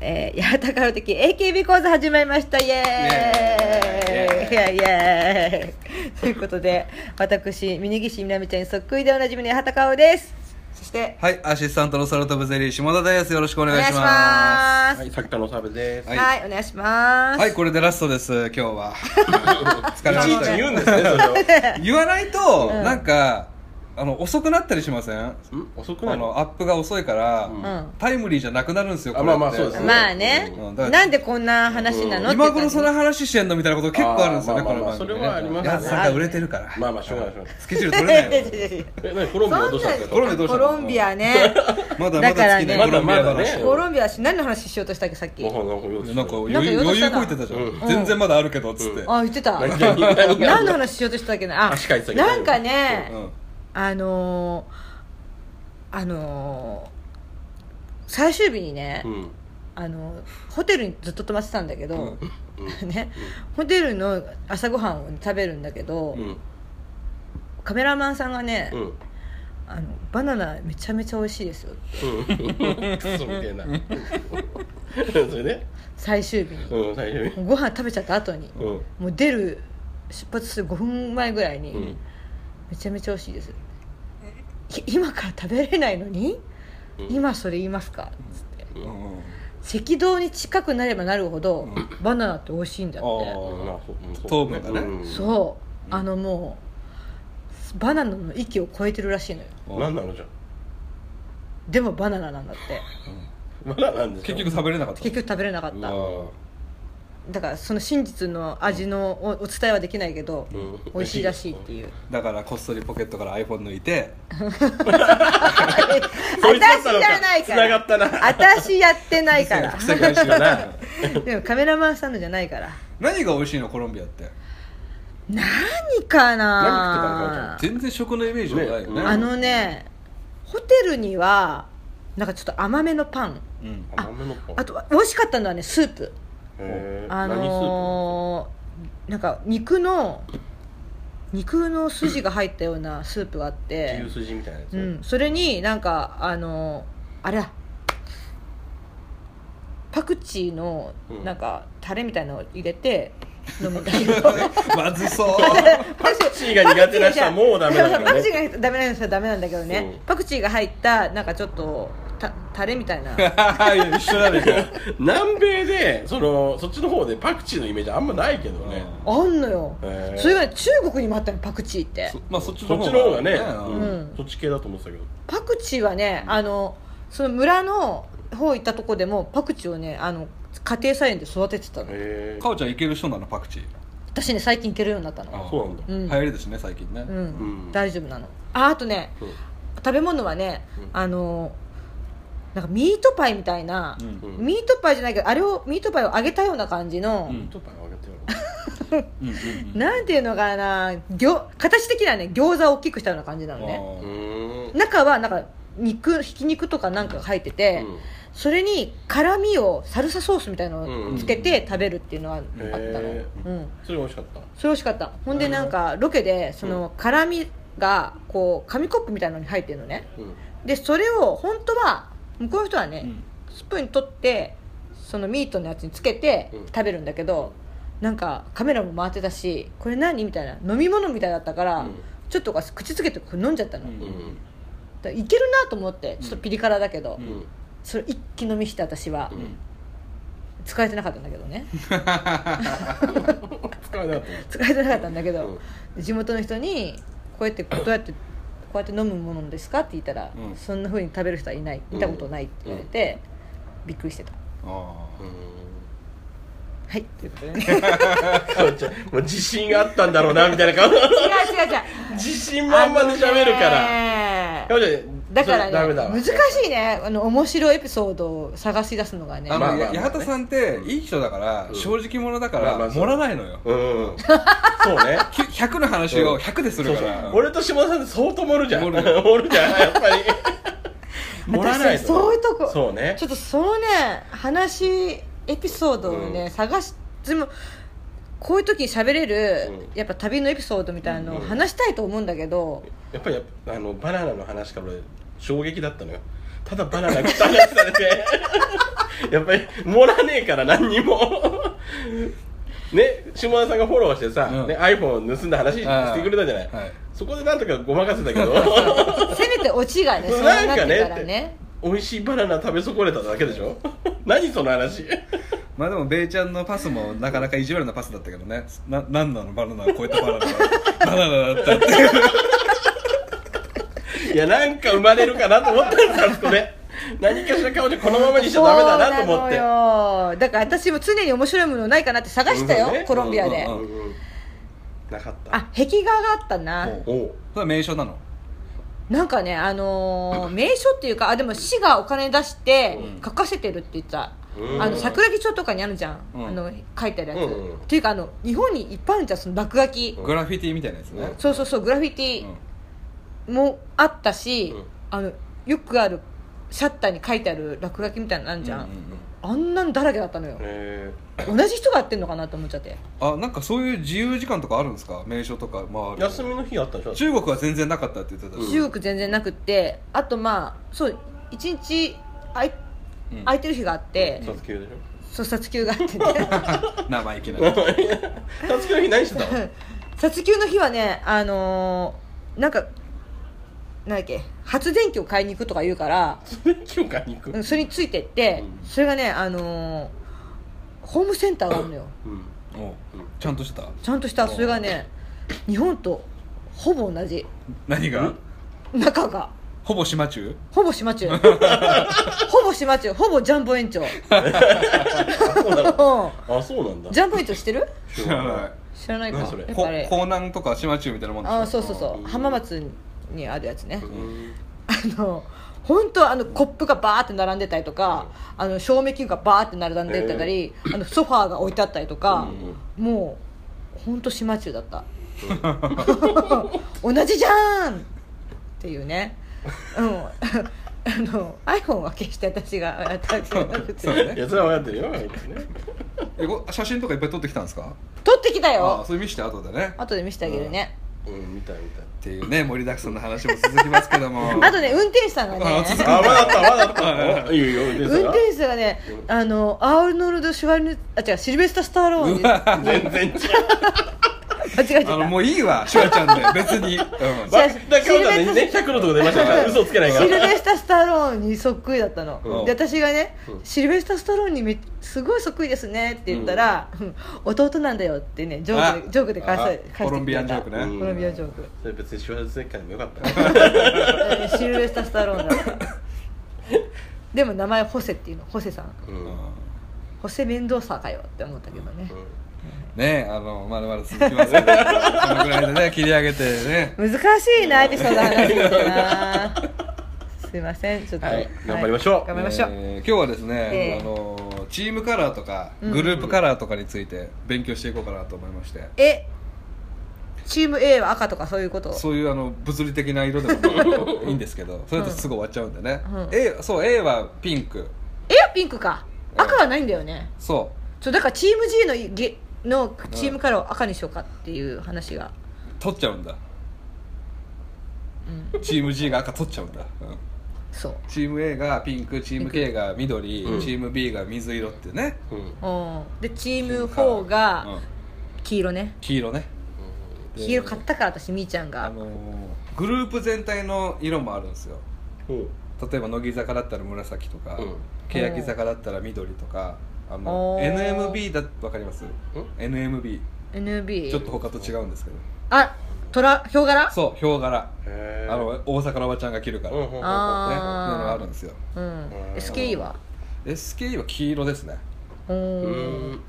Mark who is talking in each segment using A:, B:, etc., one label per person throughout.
A: えー、八幡薫的 AKB 講座始まりましたイエーイイエーイイエーイということで私峯岸みなみちゃんにそっくりでおなじみの八幡薫ですそして
B: はい、アシスタントの空飛ぶゼリー下田です。よろしくお願いし
A: お願
B: ま
A: いし
C: はい、作田のサーブです。
A: は、
B: はいい
A: お願いします
B: す。はい、これでラストです。今日 は疲れま
C: いちい
B: し
C: ち
B: た
C: 言う
B: よ
C: ん。ですね、それを。
B: 言わないと、
A: うん
B: なんかあの遅くなったりしません？あ
C: ん遅くないの
B: のアップが遅いから、
A: ん
B: タイムリーじゃなくなるんですよ。
C: あ
B: これって
C: まあまあそうですね
A: まあね、
B: うんだから
A: なんでこんな話なの、って
B: 今頃その
A: 感
B: 話してんのみたいなこと結構あるんですよね、
C: あーまあまあまあ
B: この番組、ね、
C: それはありますね
B: やつさんが売れてるから
C: まあまあ、しょうがない、しょうがない。
B: スケジュール取れない よ
A: じ
C: え、なに、コロンビアはどうしたんです
B: コロ
C: か
B: ンビアどうし
A: コ
B: た
A: ロンビアね
B: まだま
A: だ
B: だ
A: から
B: 尽き
A: ね
B: ないコロンビア
C: まだまだ
B: 話
C: ね
A: コロンビアし何の話しようとしたっけさっき
C: ご飯なんか用意して
B: なんか余
A: なんか
B: 裕
A: よそし
B: 余
A: たな
B: 裕こいてたじゃん、
C: うん
B: 全然まだあるけどっつっ て、
A: あ言ってた
C: 何何何
A: 何の話しようとしたっけなあ
C: 確かにそう
A: なんか
B: う
A: ね
B: ん
A: あのーあのー最終日にね、
C: うん。
A: あのーホテルにずっと泊まってたんだけど、
C: う
A: ね、ホテルの朝ごはんを食べるんだけど、
C: うん。
A: カメラマンさんがね、
C: うん。
A: あの「バナナめちゃめちゃ美味しいですよ
C: うん。クソみたいな。それね。」
A: 最終日に
C: うん、最初に。
A: ご飯食べちゃった後に、
C: うん。
A: もう出る出発する5分前ぐらいに、
C: うん。
A: めちゃめちゃ美味しいですい今から食べれないのに、
C: うん
A: 今それ言いますかつって
B: うんうん
A: 赤道に近くなればなるほど、バナナって美味しいんだっ
B: あ
A: て
B: ー
C: まあそううんそう
B: 糖分がね
C: うん
A: そうあのもうバナナの域を超えてるらしいのよ
C: 何なのじゃ
A: でもバナナなんだって
C: あ。まだなんです
B: 結局食べれなかった
A: 結局食べれなかった
C: あ
A: だからその真実の味のおお伝えはできないけど、
C: うん
A: 美味しいらしいっていう
B: だからこっそりポケットから iPhone 抜いて
C: そいつだっ
A: 私
C: たのか
A: やないから
C: 繋がったな
A: 私やってない から
B: 世界史がな
A: でもカメラマンさんのじゃないから
B: 何が美味しいのコロンビアって
A: 何かな
C: 何
B: 全然食のイメージがないよね
C: ね
A: あのねホテルにはなんかちょっと甘めのパン
B: うん
C: あ豆の子
A: あと美味しかったのはねスープ
C: へー
A: あ
C: 何スー
A: のーなんか肉の肉の筋が入ったようなスープがあっ
C: プ
A: て
C: 牛、すじみたいなやつ
A: うん、それになんかあのーあれだパクチーの
C: うん
A: なんかタレみたいのを入れて飲むんだけど
B: まずそう
A: パク
C: チーが苦手な人はもうダメだからね
A: パクチーがダメな人はダメなんだけどね、
C: うん
A: パクチーが入ったなんかちょっとたタレみたいな
B: 一緒だね
C: 南米でそのそっちの方でパクチーのイメージあんまないけどね、
A: あんのよ
C: へー
A: それがね中国にもあったのパクチーって
B: まあそっち
C: そ
B: の
C: っち
B: 方
C: の方がね、
B: うん
A: ん
C: うんそっち系だと思ってたけど
A: パクチーはねあのその村の方行ったとこでもパクチーをねあの家庭菜園で育ててたの
C: へえ
B: かおちゃんいける人なのパクチー
A: 私ね最近行けるようになったの
C: あそうなんだ
A: うん
B: 流行りですね最近ね
A: うん、
C: うん
A: 大丈夫なのああとね
C: そう
A: 食べ物はね、
C: うん
A: あのなんかミートパイみたいな、
B: うん
C: うん
A: ミートパイじゃないけどあれをミートパイを揚げたような感じの、
B: うん
C: ミートパイをあげてよ
B: うんうん
A: なんていうのかな餃形的にはね餃子を大きくしたような感じなのね
C: う
B: あ
C: ーん
A: 中はなんか肉ひき肉とかなんかが入ってて、それに辛みをサルサソースみたいのをつけて食べるっていうのがあったの、
C: へ
A: うん、
C: それ美味しかった
A: それ美味しかったほんでなんかロケでその辛みがこう紙コップみたいなのに入ってるのね
C: うん
A: でそれを本当は向こうの人はね、
B: うん
A: スプーン取ってそのミートのやつにつけて
C: うん
A: 食べるんだけど、なんかカメラも回ってたしこれ何みたいな飲み物みたいだったから、
C: うん
A: ちょっと口つけてこれ飲んじゃったの、
B: うん
A: だ
C: う
A: か
C: ん
A: らいけるなと思ってちょっとピリ辛だけど、
B: うん
C: うん
A: それ一気飲みして私は、
C: うん
A: 使えてなかったんだけどね
C: 使えなかった
A: 使えてなかったんだけど、地元の人にこうやってどうやってこうやって飲むものですかって言ったら、
B: うん
A: そんなふうに食べる人はいない見たことないって言われて、びっくりしてた
B: あ
C: うーん
A: はいということで 違う違
C: かおちゃんもう自信があったんだろうなみたいな顔
A: う違う
C: 自信満々で喋るから
A: ら
C: かおちゃん
A: だから
C: それダ
A: ね
C: メだわ
A: 難しいねあの面白いエピソードを探し出すのがね
B: あ
C: まあ
B: の
C: まあ
B: や八幡さんっていい人だから
C: うん
B: 正直者だか
C: まあま
B: ら
C: あそう
B: 盛らないのよ
C: うんそうね
B: き100の話を100でするから
C: 俺と下田さんって相当盛るじゃん
B: 盛
C: 盛
B: る
C: るじゃんやっぱり盛らな い
A: 私そういうとこ
C: そうね
A: ちょっとそのね話エピソードをね、
C: うん
A: 探しでもこういう時に喋れる、
C: う
A: やっぱ旅のエピソードみたいなのを
C: うん
A: 話したいと思うんだけど、
C: やっぱりあのバナナの話から俺衝撃だったのよただバナナ食った話 されてやっぱり盛らねえから何にもね下田さんがフォローしてさ、
B: うん
C: ね、iPhone を盗んだ話してくれたじゃない、
B: はい
C: そこでなんとかごまかせたけど
A: せめてオチがねそう
C: なん
A: なっ
C: か
A: て
C: ね
A: からね
C: 美味しいバナナ食べ損ねただけでしょ何その話
B: まあでもベイちゃんのパスもなかなか意地悪なパスだったけどねななんなのバナナを超えたバナナはバナナだった っていう
C: いやなんか生まれるかなと思ったんですよそこで何かしら顔でこのままにしちゃダメだなと思って
A: そうなのよだから私も常に面白いものないかなって探したよ、
C: うんね
A: コロンビアで、
B: うんうんうん
C: うんうんなかった
A: あ壁画があったな、
C: おう
B: それは名称なの
A: なんかねあ のー名所っていうかあでも市がお金出して
B: うん
A: 書かせてるって言ってた、
C: うん
A: あの桜木町とかにあるじゃん、
B: うん
A: あの書いてあるやつ、
C: うんうん
A: っていうかあの日本にいっぱいあるじゃんその落書き、
B: グラフィティみたいなやつね、
A: そうそうそうグラフィテ
B: うん
A: ィもあったし、
C: うん
A: あのよくあるシャッターに書いてある落書きみたいなのあるじゃん、
B: うんうんうん
A: あんなんだらけだったのよ、
C: え
A: 同じ人がやってんのかなと思っちゃって
B: あなんかそういう自由時間とかあるんですか名所とかまあ
C: ー休みの日あったでしょ
B: 中国は全然なかったって言ってたし、
A: 中国全然なくってあとまあそう1日あい
B: うん
A: 空いてる日があって、
C: 卒業でしょ
A: そう殺球があってね
B: 生意気な
C: 卒業の日何してたの
A: 殺球の日はねあのーなんかなんだっけ発電機を買いに行くとか言うから
C: 休暇に行く
A: うんそれについてって、
C: うん
A: それがねあのーホームセンターがあるのよ
C: うん
B: おうちゃんとしてた
A: ちゃんとしたそれがね日本とほぼ同じ
B: 何が
A: 中が
B: ほぼ島中
A: ほぼ島中ほぼ島中ほぼジャンボ園長うん
C: あそうなのあそうなんだ
A: ジャンボ園長知ってる
B: 知らない
A: 知らないか
C: 何それ
A: やっ
B: こ
A: ぱあれ
B: 江南とか島中みたいなもんでしょ
A: あそうそうそううん浜松にあるやつね、
C: うん
A: あの本当あのコップがバーって並んでたりとか、あの照明器具がバーって並んでたり、あのソファーが置いてあったりとか、もう本当島中だった 同じじゃんっていうねうん あの iPhone は決して私がやったわけじゃなくて
B: そうね
C: いやそれは分かってるよあいつね
B: えこ写真とかいっぱい撮ってきたんですか
A: 撮ってきた
B: あ
A: よ
B: それ見して後でね
A: 後で見せてあげるね、
C: うん見た見た
B: っていうね盛りだくさんの話も続きますけども
A: あとね運転手さんが
B: あ
A: ね
B: 続
C: あまだあったまだあったおいいよいいよ
A: 運
C: で
A: 転手さんがねあのアーノルド・シュワルヌあ違うシルベスタ・スターローンに間
C: す全然違う
A: 違えち
B: あ
A: ゃ
B: の
A: った
B: もういいわシュワちゃんで別 に、うん、
A: じゃあ
C: だから今日ね100のとこ出ましたから嘘つけない か
A: シル
C: ら
A: ベスタ・スタローンにそっくりだったの、
B: うん
A: で私がね、
C: うん
A: シルベスタ・スタローンにめすごいそっくりですね」って言ったら、うん弟なんだよ」ってねジョークでジョークで返さ返して
B: あコロンビアンジョーク
A: ね
B: ね、
C: うん
A: コロンビアンジョーク、
C: それ別にシュワルツェネッカーでもよかったね
A: え ーシルベスタ・スタローンだったでも名前ホセっていうのホセさん
C: う
B: うんん
C: うん
A: ホセ面倒さかよって思ったけどね、
B: ねあのまだまだ続 きますけどこのぐらいでね切り上げてね
A: 難しいなエピソード話すのってなすいませんちょっと、
C: はい頑張りましょう
A: 頑張りましょう、
B: えー今日はですね、
A: ええ
B: あのチームカラーとか
A: うん
B: グループカラーとかについて勉強していこうかなと思いまして、
A: えチーム A は赤とかそういうこと
B: そういうあの物理的な色でもいいんですけどそれだとすぐ終わっちゃうんでね、
A: うん
B: A そう A はピンク
A: A はピンクか
B: うん
A: 赤はないんだよね、
B: そ
A: そうだからチーム G のいげのチームカラーを赤にしようかっていう話が、
B: う取っちゃうんだ、チーム G が赤取っちゃうんだ、うん
A: そう
B: チーム A がピンクチーム K が緑、
C: うん
B: チーム B が水色ってね
C: うん
A: うんでチーム4が
B: うん
A: 黄色ね
B: 黄色ねで
A: 黄色買ったから私みーちゃん
B: あ
A: が
B: のーグループ全体の色もあるんですよ
C: うん
B: 例えば乃木坂だったら紫とか、
C: うん
B: 欅坂だったら緑とかあの
A: おー
B: NMB だわかります
C: ん
B: NMB ちょっ
A: NB
B: と他と違うんですけど
A: あ虎ヒョウ柄
B: そうヒョウ柄
C: へー
B: あの大阪のおばちゃんが着るから、
C: うんう
B: ね
C: んうんうん
A: あ
B: そういう
A: ー
B: のあるんですよ
A: うん
C: ー
A: SKE は
B: SKE は黄色ですね
A: う
C: うん
B: う
C: ん
B: ん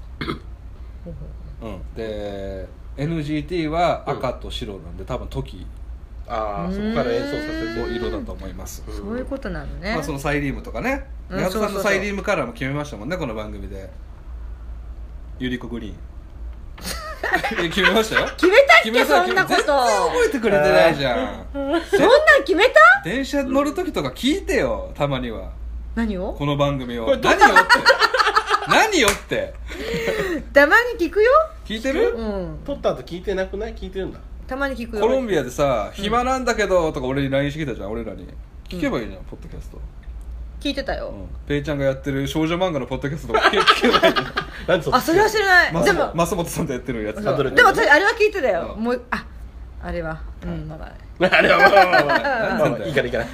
B: で NGT は赤と白なんで多分トキ
C: ああそこから演奏させ
B: の
C: て
B: 色だと思います
C: うん
A: そういうことなのね、
B: まあ、そのサイリウムとかね
A: うん
B: 宮田さん
A: そうそうそ
B: の
A: う
B: サイリウムカラーも決めましたもんねこの番組でゆりこ グリーン決めましたよ
A: 決めたっけ
B: 決め
A: そ
B: た
A: んなこと
B: 決めた覚えてくれてないじゃん
A: そんなん決めた
B: 電車乗る時とか聞いてよたまには
A: 何を
B: この番組を
C: これど
B: 何よって何よって
A: たまに聞くよ
B: 聞いてる
A: うん
C: 撮った後聞いてなくない聞いてるんだ
A: たまに聞くよ
B: コロンビアでさ「暇なんだけど」とか俺に LINE してきたじゃん俺らに聞けばいいじゃんポッドキャスト
A: 聞いてたよ、
B: うんペイちゃんがやってる少女漫画のポッドキャストとか聞け聞けばいいじ ゃん
C: なんでそっち
A: あそれは知らない
B: マ
A: で
B: ス
A: も
B: 増本さんとやってるやつ
A: そう
C: サドル
A: でも私あれは聞いてたよ、
B: うん
A: もうああれはうんまだ
C: あれはまあまあまあまあまあまあいいからいいから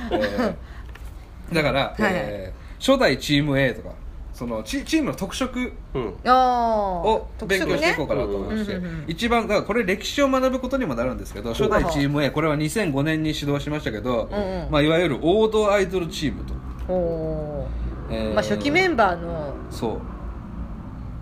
B: だから、
A: はいはい
B: えー初代チーム A とかそのチチームの特色
C: うん
A: あ
B: を
A: あ
B: 勉強していこうかなと思いまして、
A: うんうんうんうん
B: 一番だからこれ歴史を学ぶことにもなるんですけど初代チーム A これは2005年に始動しましたけど、
A: うんうん
B: まあ、いわゆる王道アイドルチームと、
A: おお
B: え
A: ー、
B: ー
A: まあ初期メンバーの
B: そ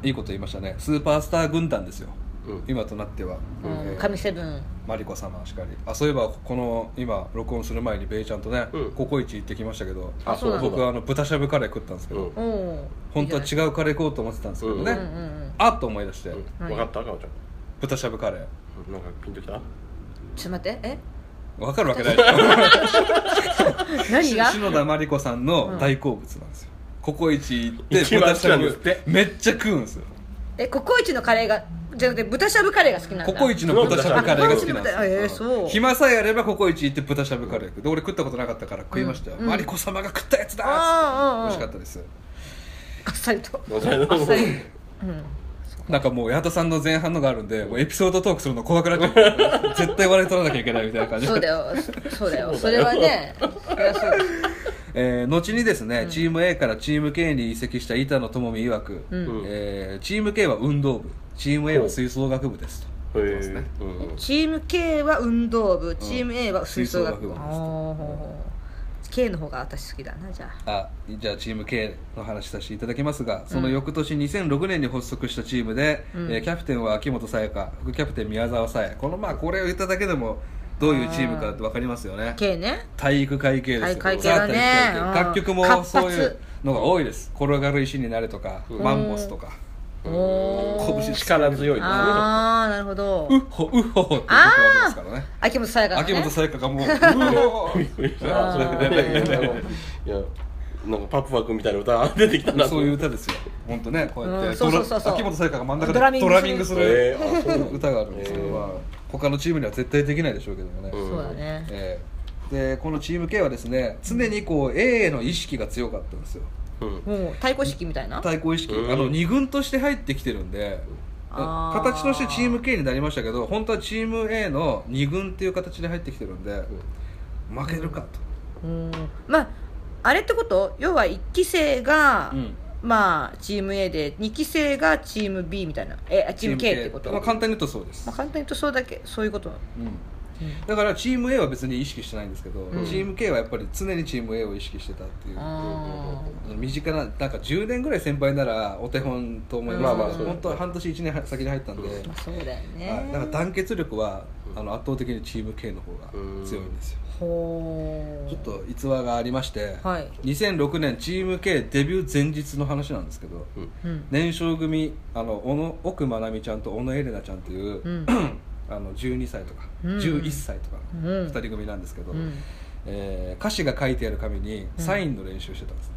B: ういいこと言いましたねスーパースター軍団ですよ
C: うん
B: 今となっては、
A: うん
B: えー
A: 神セブン
B: マリコ様しかりあそういえばこの今録音する前にベイちゃんとね、
C: うん
B: ココイチ行ってきましたけど
A: あそうなんだ
B: 僕はあの豚しゃぶカレー食ったんですけど、
C: うん
A: おお
B: 本当は
A: 違
B: 違うカレー行こうと思ってたんですけどね、
A: うんうん
B: あっと思い出して、
C: うんわかったかおちゃん
B: 豚しゃぶカレー
C: うんなんかピンときた
A: ちょっと待って え
B: わかるわけ ないでしょ
A: 何が
B: 篠田真理子さんの大好物なんですよ、ココイチ行って
C: 一
B: 豚
C: 番好
B: し
C: きな
B: ゃ
C: んで
B: ぶ
C: すって
B: めっちゃ食うんですよ
A: えココイチのカレーがじゃなくて豚しゃぶカレーが好きなんだ
B: ココイチの豚しゃぶカレーが好きなんですよ、
A: あココイチの豚えーそう
B: 暇さえあればココイチ行って豚しゃぶカレー食うで俺食ったことなかったから食いましたよ、
A: うん
B: マリコ様が食ったやつだーっつ
A: あーうんうん
B: って美味しかったです
A: あっさり と
C: あっさりと
A: あっさりうん
B: なんかもう矢田さんの前半のがあるんでもうエピソードトークするの怖くなっちゃ って絶対笑い取らなきゃいけないみたいな感じで
A: そうだ よそうだよそれはねそりゃそうだ
B: えー後にですね、チーム A からチーム K に移籍した板野友美曰く、
A: うん
B: えーチーム K は運動部チーム A は吹奏楽部ですとそ
C: へ
B: うです
C: え
B: ね
C: うんうん
A: チーム K は運動部チーム A は吹奏楽部
B: 吹奏楽部です
A: あーほうほうほう K の方が私好きだなじゃあ
B: あじゃあチーム K の話させていただきますがその翌年2006年に発足したチームで、
A: うん
B: えーキャプテンは秋元沙耶香副キャプテン宮沢沙耶このまあこれを言っただけでもどういうチームかって分かりますよね
A: K ね
B: 体育会系ですよ
A: 体育会系だね
B: ザ体育会系
A: うん
B: 楽曲も
A: 活発
B: そういうのが多いです転がる石になれとか、マンモスとか
A: おー
B: 拳
C: 力強いですね
A: ああなるほど
B: ウッホウッホっていう曲がですからね
A: 秋元さやか
B: 秋元
A: ね
B: 沙耶香がもう「うお
C: びっ
B: ー
C: くりし
A: あ
C: た
A: ー
C: それでいやなんかパプワ君みたいな歌 出てきたな
B: そういう
C: う
B: 歌ですよ本当ねこうやって、
A: うんそうそうそうそう
B: ドラ秋元沙耶香が真ん中で
A: ド
B: ド
A: ラ
B: ラ
A: ミング
B: ミングす
C: え
B: る
C: ーあそうなんだ
B: 歌があるんですけど、まあ他のチームには絶対できないでしょうけどもね、
C: うん
A: そうだね
B: ええでこのチーム K はですね常にこう A への意識が強かったんですよ
C: うん
A: もう太鼓式みたいな
B: 対抗意識、
C: うん
B: あの2軍として入ってきてるんで
A: あー
B: 形としてチーム K になりましたけど本当はチーム A の2軍っていう形で入ってきてるんで、負けるかと、
A: うんまああれってこと要は1期生が、
B: うん
A: まあチーム A で2期生がチーム B みたいなえあチーム K ってこと
B: まあ、簡単に言うとそうです、
A: まあ、簡単に言うとそうだけそういうこと
B: うんだからチーム A は別に意識してないんですけど、
A: うん
B: チーム K はやっぱり常にチーム A を意識してたっていう、
A: あ
B: 身近ななんか10年ぐらい先輩ならお手本と思います、
A: うんまあまあそう
B: 本当は半年1年先に入ったんで、
A: ーまあそうだよ
B: はいだから
A: ね
B: 団結力はあの圧倒的にチーム K の方が強いんですよ、
A: ほう
B: ちょっと逸話がありまして、
A: はい
B: 2006年チーム K デビュー前日の話なんですけど、
C: うん
A: うん
B: 年少組あの小野奥まなみちゃんと小野エレナちゃんという、
A: うん
B: あの12歳とか、
A: うん
B: 11歳とか
A: うん
B: 2人組なんですけど、
A: うん
B: えー歌詞が書いてある紙にサインの練習してたんです、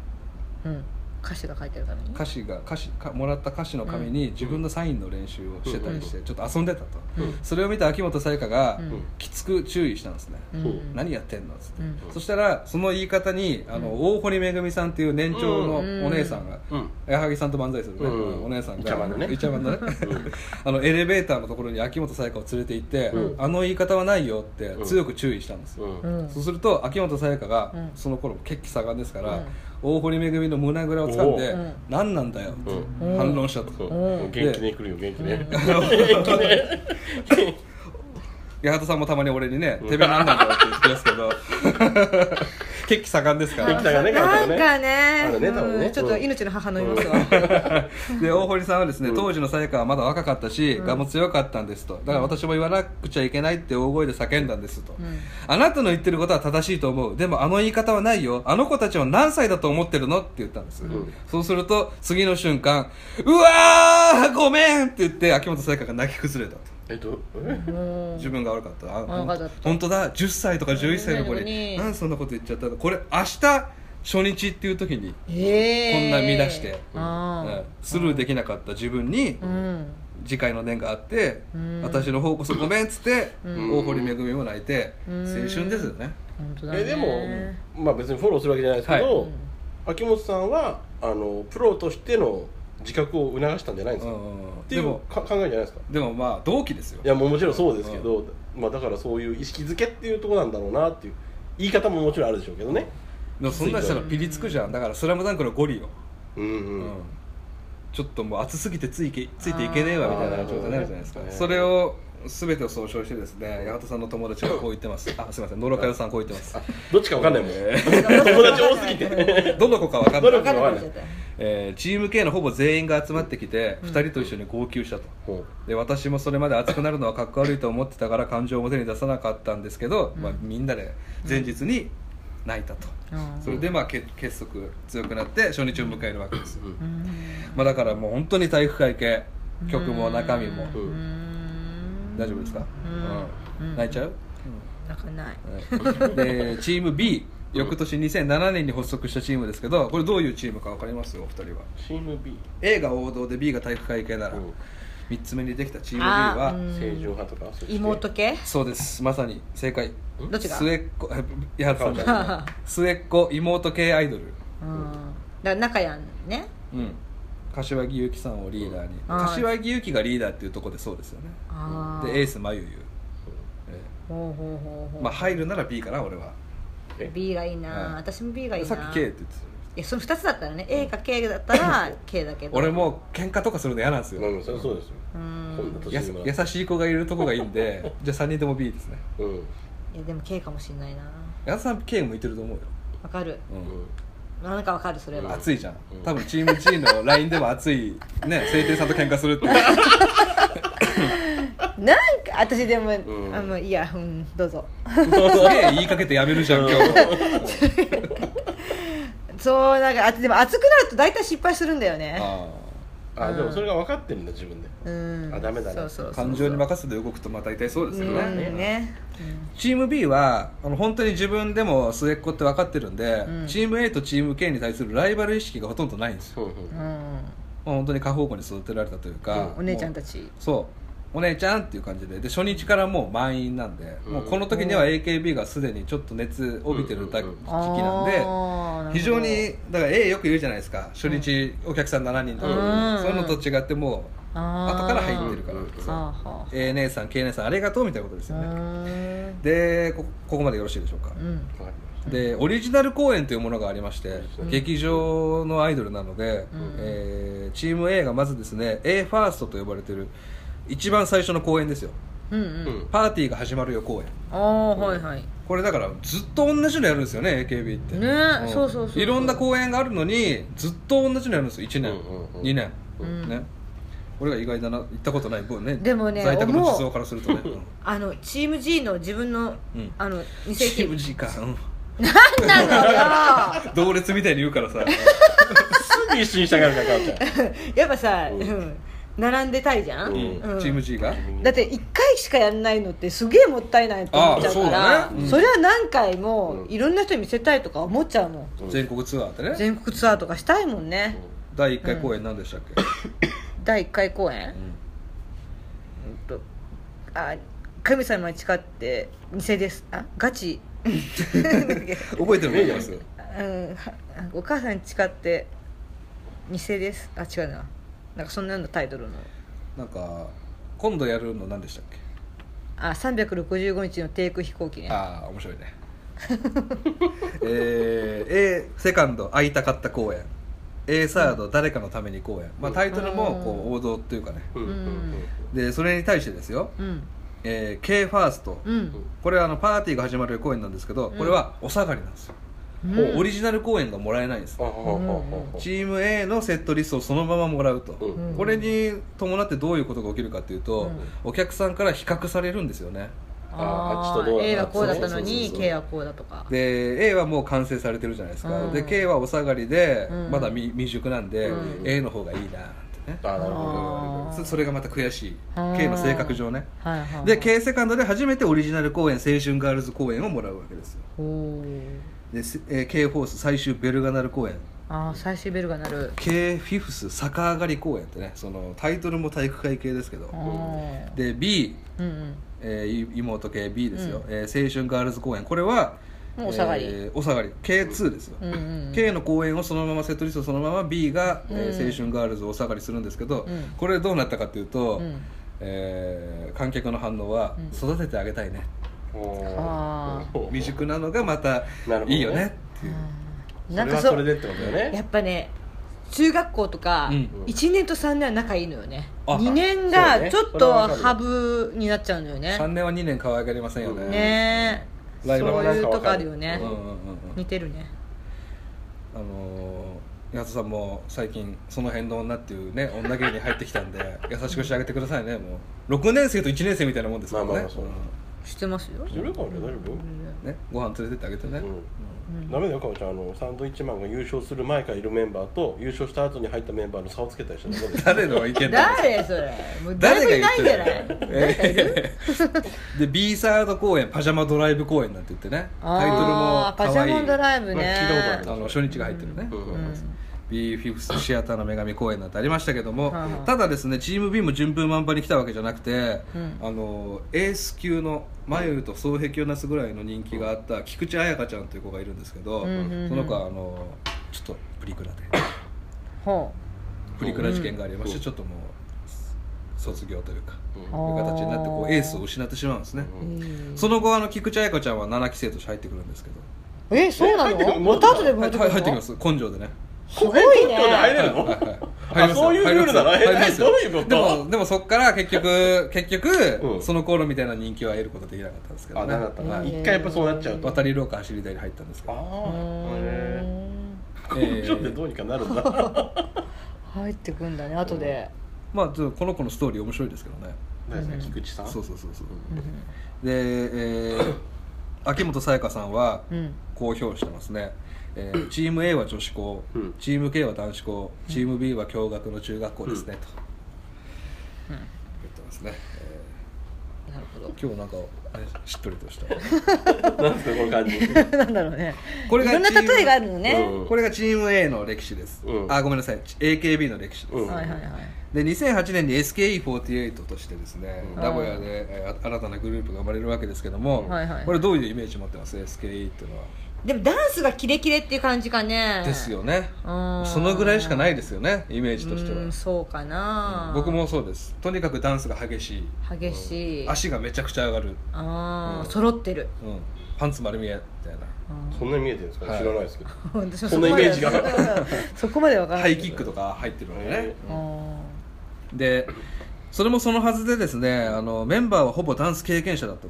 A: うん歌詞が書いてあるために
B: 歌詞が歌詞かもらった歌詞の紙に自分のサインの練習をしてたりして、ちょっと遊んでたと、
A: うん
B: それを見た秋元沙耶香が、
A: うん
B: きつく注意したんですね、
A: うん
C: そう
B: 何やってんのっつって、
A: うん
B: そしたらその言い方にあの、大堀めぐみさんっていう年長の
A: うん
B: お姉さんが、
C: うん
B: 矢作さんと漫才するね、
C: うん
B: お姉さんが
C: イチャバンのね
B: イチャバンのね あのエレベーターのところに秋元才加を連れて行って、あの言い方はないよって強く注意したんですよ、
C: うん
A: うん
B: そうすると秋元才加が、
A: うん
B: その頃血気盛んですから、
A: うん
B: 大堀めぐみの胸ぐらを掴んで
A: お
B: 「
A: ううん
B: 何なんだよ」って
A: うん
B: 反論したと、
C: そう
A: うん
C: 元気に来るよ 元気ね
B: 八幡さんもたまに俺にね「てめえ何なんだよ」って言ってますけど 血気盛んですか
C: で
B: ら
C: きたがね
A: なんか
C: あ
A: ね
C: るね多分ね
A: うんちょっと命の母のいますわ
B: で大堀さんはですね、当時の才加はまだ若かったし、我も強かったんですとだから私も言わなくちゃいけないって大声で叫んだんですと、
A: ん
B: あなたの言ってることは正しいと思うでもあの言い方はないよあの子たちは何歳だと思ってるのって言ったんです、
C: ん
B: そうすると次の瞬間「うわーごめん!」って言って秋元才加が泣き崩れたと
C: えっとえ
A: うん
B: 自分が悪かったあ
A: 悪かった
B: 本当だ10歳とか11歳の子
A: うん
B: に何そんなこと言っちゃったのこれ明日初日っていう時に
A: え
B: こんな見出して、うん
A: あ
B: スルーできなかった自分に、
A: ーうん
B: 次回の念があって、
A: うん
B: 私の方こそごめんっつって、
A: うん
B: 大堀めぐみも泣いて、
A: うん
B: 青春ですよね
A: 本当だね
C: えでも、まあ、別にフォローするわけじゃないですけど、
B: は
C: 秋元さんはあのプロとしての自覚を促したんじゃないんですか、っ
B: うん
C: てい
B: で
C: う
B: も
C: か考えじゃないですか
B: でもまあ同期ですよ
C: いやもうもちろんそうですけど、まあ、だからそういう意識づけっていうところなんだろうなっていう言い方ももちろんあるでしょうけどね
B: でもそんなんしたらピリつくじゃんだから「スラムダンクのゴリよ、
C: うん
B: う
C: うん、
B: ちょっともう熱すぎてついけついていけねえわみたいな状態になるじゃないですか
C: あー
B: それを全てを総称してですね八幡さんの友達がこう言ってますあすいません野呂佳代さんこう言ってます
C: どっちかわかんないもん、
A: 友
C: 友達多す ぎ
A: 分かんな
C: て
B: どの子か分かん
C: ど
B: な
C: の
B: い
C: 子、
A: くなっちゃった
B: えーチーム K のほぼ全員が集まってきて2人と一緒に号泣したと、
C: ほ
B: で私もそれまで熱くなるのはかっこ悪いと思ってたから感情を表に出さなかったんですけど、まあ、みんなで前日に泣いたと、
A: うん
B: それでまあけ結束強くなって初日を迎えるわけですよ、
C: うん
A: うん
B: まあ、だからもう本当に体育会系曲も中身も、
C: うん
A: うん
B: 大丈夫ですか、
A: うん
B: うん泣いちゃう、
A: 泣かない
B: はいでチーム B 翌年2007年に発足したチームですけどこれどういうチームか分かりますよお二人は
C: チーム B
B: A が王道で B が体育会系なら
C: うん
B: 3つ目にできたチーム B
A: あ
B: は
A: うん
C: 正常派とかそっち系
A: 妹系
B: そうですまさに正解
A: どっちが
B: 末っ子 いやそう
C: 顔
B: だ 末っ子妹系アイドル
A: うんだから仲やんね
B: うん柏木由紀さんをリーダーに
A: あー
B: 柏木由紀がリーダーっていうところでそうですよね
A: あ
B: でエー
A: ス
B: スまゆゆ、え
A: ほうほうほうほ
B: え
A: う
B: まあ入るなら B かな俺は
A: B がいい
B: はい
A: な私も B がいいな
B: さっき K って言って
A: いやその2つだったらね A か K だったら K だけ
B: た
A: ど
B: 俺もう喧嘩とかするの嫌なんですよ、
C: うんそれそうですよ
A: うん
C: こんな年
B: や
C: にもな
B: 優しい子がいるとこがいいんでじゃあ3人とも B ですね
C: うん
A: いやでも K かもしんないな
B: 矢田さん K 向いてると思うよ、
A: わかる
B: うん
A: なんかわかるそれは
B: 熱いじゃん、
C: うん
B: 多分チーム G の LINE でも熱い ね聖帝さんと喧嘩するって
A: なんか私でも、
C: ん
A: あもういいやうんどうぞ
B: すげえ言いかけてやめるじゃん今日
A: そうなんかあでも熱くなると大体失敗するんだよね
B: あ
C: あでもそれが分かってるんだ自分で
A: うん
C: あダメだな
A: そうそうそ
B: あ
A: う
B: 感情に任せて動くとまあ大体そうですよね、
A: うんね
B: チーム B はあの本当に自分でも末っ子って分かってるんで、
A: うん
B: チーム A とチーム K に対するライバル意識がほとんどないんですよ、
C: うんうん
A: うん、うん
B: もう本当に過保護に育てられたというか、
A: お姉ちゃん
B: ち
A: たち
B: そうお姉ちゃんっていう感じでで初日からもう満員なんで、
C: うん
B: もうこの時には AKB がすでにちょっと熱帯びてる時期なんで、
A: あー
B: 非常にだから A よく言うじゃないですか初日お客さん7人と
A: う
B: か、
A: ん
B: そういうのと違ってもう
A: あー
B: 後から入ってるから、
C: うん
B: そう
A: はあはあ
B: A 姉さん K 姉さんありがとうみたいなことです
A: う
B: よね、
A: ーん
B: でこここまでよろしいでしょうか、
A: うん
C: 分かりまし
B: でオリジナル公演というものがありまして、
C: うん
B: 劇場のアイドルなので、
A: うん
B: えーチーム A がまずですね a ファーストと呼ばれてる一番最初の公演ですよ
A: うん
C: た
A: うん
B: パーティーが始まるよ公演
A: ああはいはい
B: これだからずっと同じのやるんですよね AKB って
A: ね
B: ん
A: そうそうそうそう
B: いろんな公演があるのにずっと同じのやるんですよ1年、
C: うんうんうん
B: 2年、
A: うん
B: ね俺が意外だな行ったことない分ね
A: でもね
B: 在宅の
A: 思う
B: 実像からするとね、うん
A: あのチーム G の自分の、
B: うん
A: あの2世
B: チーム
A: 紀
B: G か、うん
A: なんだよ
B: 同列みたいに言うからさ
C: すぐ一緒にしたがるなかおちゃん
A: やっぱさ、
C: う
A: うんん並んでたいじゃん、
B: うん
A: うん
B: チーム G が
A: だって1回しかやんないのってすげえもったいないと思っちゃうか
B: あ
A: ら
B: ーそ
A: そ,、
B: うだねうん
A: れは何回も
C: うん
A: いろんな人に見せたいとか思っちゃうもん、
B: 全国ツアーでね
A: 全国ツアーとかしたいもんね、
B: 第1回公演何でしたっけ、
A: 第1回公演、
B: ん
A: うんとあ神様に誓って偽ですあガ チなんだっけ
B: 覚えてるのあります
A: うん、はお母さんに誓って偽ですあ違うななんかそんなようなタイトルの
B: なんか今度やるの何でしたっけ、
A: あ365日のテイク飛行機ね
B: ああ面白いねえー、A セカンド「会いたかった公演」A サード「誰かのために公演」まあ、タイトルもこう王道っていうかね
C: うんうん
B: でそれに対してですよ、
A: うん
B: えー、K ファースト、
A: うん
B: これはあのパーティーが始まる公演なんですけどこれはお下がりなんですよ、
A: うん
B: もうオリジナル公演がもらえないんです
C: あはははは
B: チーム A のセットリストをそのままもらうと、
C: うん
A: うん
B: これに伴ってどういうことが起きるかというと、
A: うん
B: お客さんから比較されるんですよね
C: あ
A: あ
C: あっちとどうだ
A: A はこうだったの
C: そうそうそう
A: に
C: そう
A: K はこうだとか
B: で A はもう完成されてるじゃないですか、
A: うん
B: で K はお下がりで、
A: うん
B: まだ未未熟なんで、
A: う
B: A の方がいいなってね
C: あなるほど
A: あー
B: そそれがまた悔しい
A: うん
B: K の性格上ね
A: はいはいはい
B: で K セカンドで初めてオリジナル公演青春ガールズ公演をもらうわけですよ
A: ほう
B: で、すえー、K ホース最終ベルガナル公演
A: ああ最終ベルが鳴る
B: K フィフス逆上がり公演ってねそのタイトルも体育会系ですけど
A: あー
B: で B、
A: うんうん
B: えーい妹系 B です
A: う
B: よ、
A: ん
B: えー青春ガールズ公演これは
A: もうお下がり
B: えーお下がり K2 ですよ、
A: うんうん
B: K の公演をそのままセットリストそのまま B が、えー
A: うん
B: 青春ガールズをお下がりするんですけど、
A: うん
B: これどうなったかっていうと、
A: うん
B: えー観客の反応は
A: うん
B: 「育ててあげたいね」
A: あ
B: 未熟なのがまた
C: なるほどね
B: いいよねっていう、
A: うんな
C: な
A: んん
C: か
A: か
C: そ
A: そ
C: れはそれでってことだよね
A: やっぱね中学校とか
B: うん
A: 1年と3年は仲いいのよね、
B: あ
A: 2年
C: そう
A: が
C: ね
A: ちょっ
C: それ
A: と
C: はわかる
A: ハブになっちゃうのよね
B: 3年は2年可愛がりませんよね、
A: ねえ
B: ライバル
A: そう
B: なん
A: い
B: か
A: う
C: わ
A: とこ
C: か
A: あ
C: る
A: るよ
B: う
A: ね
B: ん、うんうんうん
A: 似てるね
B: あのー、八つさんも最近その辺の女っていうね女芸人入ってきたんで 優しくしてあげてくださいねもう6年生と1年生みたいなもんですからね、
C: まあまあまあそう
A: 知ってますよ
C: 知ってるか俺大丈夫
A: うん
B: ねご飯連れてってあげてね、
C: うんダメだよかおちゃんあのサンドイッチマンが優勝する前からいるメンバーと優勝した後に入ったメンバーの差をつけたりしたらどうですか
B: 誰の意見だ
A: 誰それもう誰もいないんじゃない
B: 誰が言ってる で B サード公演パジャマドライブ公演なんて言ってね
A: あー
B: タイトルも
A: パジ
B: 可
A: ャ
B: 愛
A: マ
B: い
A: ドライブね
C: まあ聞いたこと
B: あの初日が入ってるね、
C: うん
A: うん
B: B フィフスシアターの女神公演なんてありましたけども、
A: はいはい
B: ただですねチーム B も順風満帆に来たわけじゃなくて、
A: うん
B: あのエース級の眉と双璧をなすぐらいの人気があった菊池彩香ちゃんという子がいるんですけど、
A: うんうんうん
B: その子はあのちょっとプリクラで
A: ほ
B: プリクラ事件がありまして、
C: うん
B: ちょっともう卒業というか、
C: うん
B: という形になってこ
A: あ
B: う
A: ー
B: エースを失ってしまうんですね、
A: う、うん
B: その後あの菊池彩香ちゃんは7期生として入ってくるんですけど
A: えそうな
C: え入ってくる
A: のまた後でも
B: は
A: 入
B: い
A: って
B: は
A: く
B: い
A: るの
B: 入ってきます根性でね
A: すごいね
C: 東京で入れるの、
B: 入りますよ
C: そういうルールなの
B: 入りますよ
C: えどういうこと
B: でもでもそっから結局 結局、
C: うん
B: その頃みたいな人気は得ることできなかったんですけど
C: あ
B: ね
C: なかったな
B: は
A: うん
B: い
C: 一回やっぱそうなっちゃうと
B: 渡り廊下走り台に入ったんですけ
C: あ
B: ど
A: う
C: あ
A: ー
C: へ
A: ん
C: え根性でどうにかなるんだ、
A: 入ってくんだね後で
B: まあちょっとこの子のストーリー面白いですけどね
C: だよね菊池さん
B: そうそうそうそう
A: う
C: うん
A: ん
B: で、え ー秋元才加さんは
A: うん
B: 公表してますね、えーチーム A は女子校、
C: うん
B: チーム K は男子校チーム B は共学の中学校ですね、と
A: うん
B: 言ってますね、
A: なるほ
B: えー今日なんかあれしっとりとした
C: なんですかこの感じ
A: どなんだろう ね
B: これが
A: いろんな
B: チーム
A: 例えがあるの
C: う
A: ね
C: ん
B: これがチーム A の歴史です、
C: うん
B: あごめんなさい AKB の歴史です、
C: うん
A: はいはいはい
B: で2008年に SKE48 としてですね、
C: うん
B: 名古屋で、えー新たなグループが生まれるわけですけども、
A: はいはい
B: これどういうイメージ持ってます SKE っていうのは、
A: でもダンスがキレキレっていう感じかね
B: ですよね
A: そ
B: そのぐらいしかないいですよねイメージとしては、
A: うんそうかな
B: 僕もそうですとにかくダンスが激しい
A: 激しい
B: 足がめちゃくちゃ上がる、
A: あ
C: う
A: あ
C: ん
A: 揃ってる
B: うん、パンツ丸見えみたいな
C: そんなに見えてるんですか、
B: はい
C: 知らないですけど
A: 私も
C: そんなイメージが
A: そこまで はそこまでわからな
B: ハ
A: い
B: イキックとか入ってるわけね
C: え、
A: あー
B: でそれもそのはずでですねあのメンバーはほぼダンス経験者だったと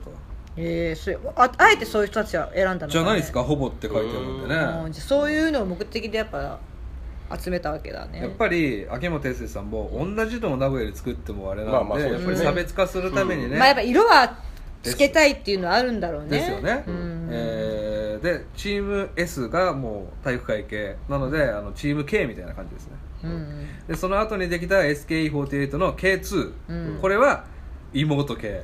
A: えーそれああえてそういう人たちは選んだのかね
B: じゃないですかほぼって書いてあるんでね
A: うんじゃあそういうのを目的でやっぱ集めたわけだね
B: やっぱり秋元康さんも同じのを名古屋で作ってもあれなんで、
C: まあまあそう
B: や
C: で
B: っ
C: す
B: ぱ
C: ね
B: り差別化するためにね、
A: まあやっぱ色はつけたいっていうのはあるんだろうね
B: ですよね、
A: うん
B: えーでチーム S がもう体育会系なのであのチーム K みたいな感じですね
A: うん
B: でその後にできた SKE48 の K2、
A: うん
B: これは妹系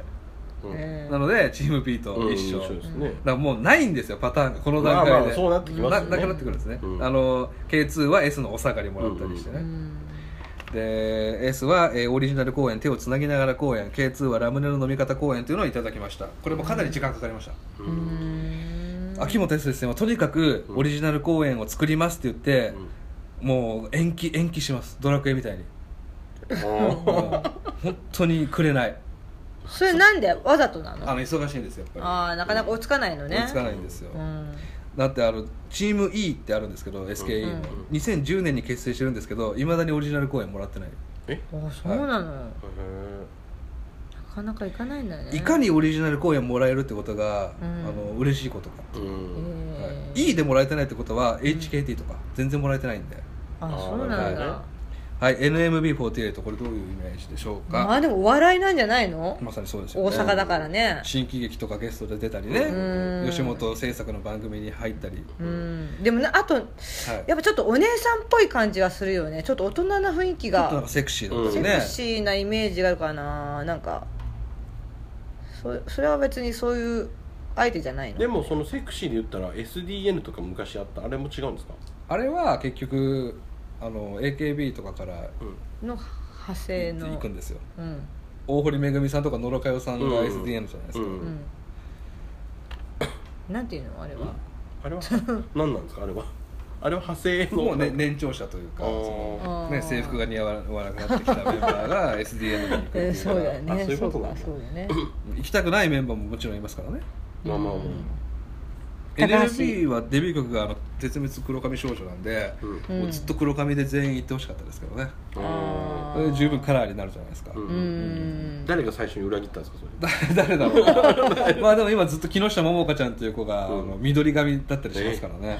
C: うん
A: えー
B: なのでチーム B と
C: うん
B: 一緒、
C: 一緒
B: だ
C: で
B: か
C: すね、
B: らもうないんですよパターンがこの段階で、
C: まあまあそうなってきますよね
B: ななくなってくるんですね、
C: うん
B: あの K2 は S のお下がりもらったりしてね、
A: うん
B: で S は、えーオリジナル公演手をつなぎながら公演 K2 はラムネの飲み方公演というのをいただきましたこれもかなり時間かかりました、
A: うん
B: 秋元康さんはとにかくオリジナル公演を作りますって言って、もう延期延期しますドラクエみたいに
C: うん
B: もう 本当にくれない
A: それなんでわざとなの
B: あの忙しいんですよやっぱ
A: ああなかなか追いつかないの
B: り、
A: ね
B: 追いつかないんですよ、
A: うん
B: だってあのチーム E ってあるんですけど SKE の、
A: うん
B: 2010年に結成してるんですけどいまだにオリジナル公演もらってない、
A: あそうなの、
C: へ
A: なかなかいかないんだね
B: いかにオリジナル公演もらえるってことが、
A: うん
B: あの嬉しいことか
C: ーうん
A: えー
B: い、いでもらえてないってことは HKT とか全然もらえてないんで、
A: あそうなんだ、
C: は
B: はい NMB48 これどういうイメージでしょう
A: ま
B: か
A: あでもお笑いなんじゃないの
B: まさにそうですよ
A: 大
B: ね
A: 阪だからね
B: 新喜劇とかゲストで出たりね
A: うん
B: 吉本制作の番組に入ったり、
A: うんでもなあと
B: はい、ちょ
A: やっぱちょっとお姉さんっぽい感じはするよねちょっと大人な雰囲気
B: っとなん
A: が
B: かセクシーだった
A: セ
B: り
A: ク
B: ね
A: シーなイメージがあるからななんかそそれは別にそういう相手じゃないの
C: でもそのセクシーで言ったら SDN とか昔あったあれも違うんですか
B: あれは結局あの AKB とかから
A: の派生の
B: 行くんですよ
A: うん
B: 大堀めぐみさんとか野呂佳代さんが
C: うん
B: SDN じゃないですか、
C: う
A: うん んなんていうのあれは
C: あ れは何なんですかあれはあれは派生の
B: もう、ね、年長者というか
C: あー
B: その、
A: あ
B: ね、
A: ー
B: 制服が似合わなくなってきたメンバーが SDN に行くって
A: えー
B: いうか
A: そうだよ
C: あそうい
A: ね
C: う
A: そ
C: こ
A: う
C: とな
A: か
C: んだ
A: そうだよね
B: 行きたくないメンバーももちろんいますからね
C: まあまあまあ
A: 高橋
B: NMB はデビュー曲があの「絶滅黒髪少女」なんで、
C: うん
A: うん
B: もうずっと黒髪で全員行ってほしかったですけどね、
A: あ
B: それで十分カラーになるじゃないですか、
C: うん
A: うーん
C: 誰が最初に裏切ったんですかそれ
B: だ 誰だろうまあでも今ずっと木下桃香ちゃんという子が、
C: うん
B: あの緑髪だったりしますからね、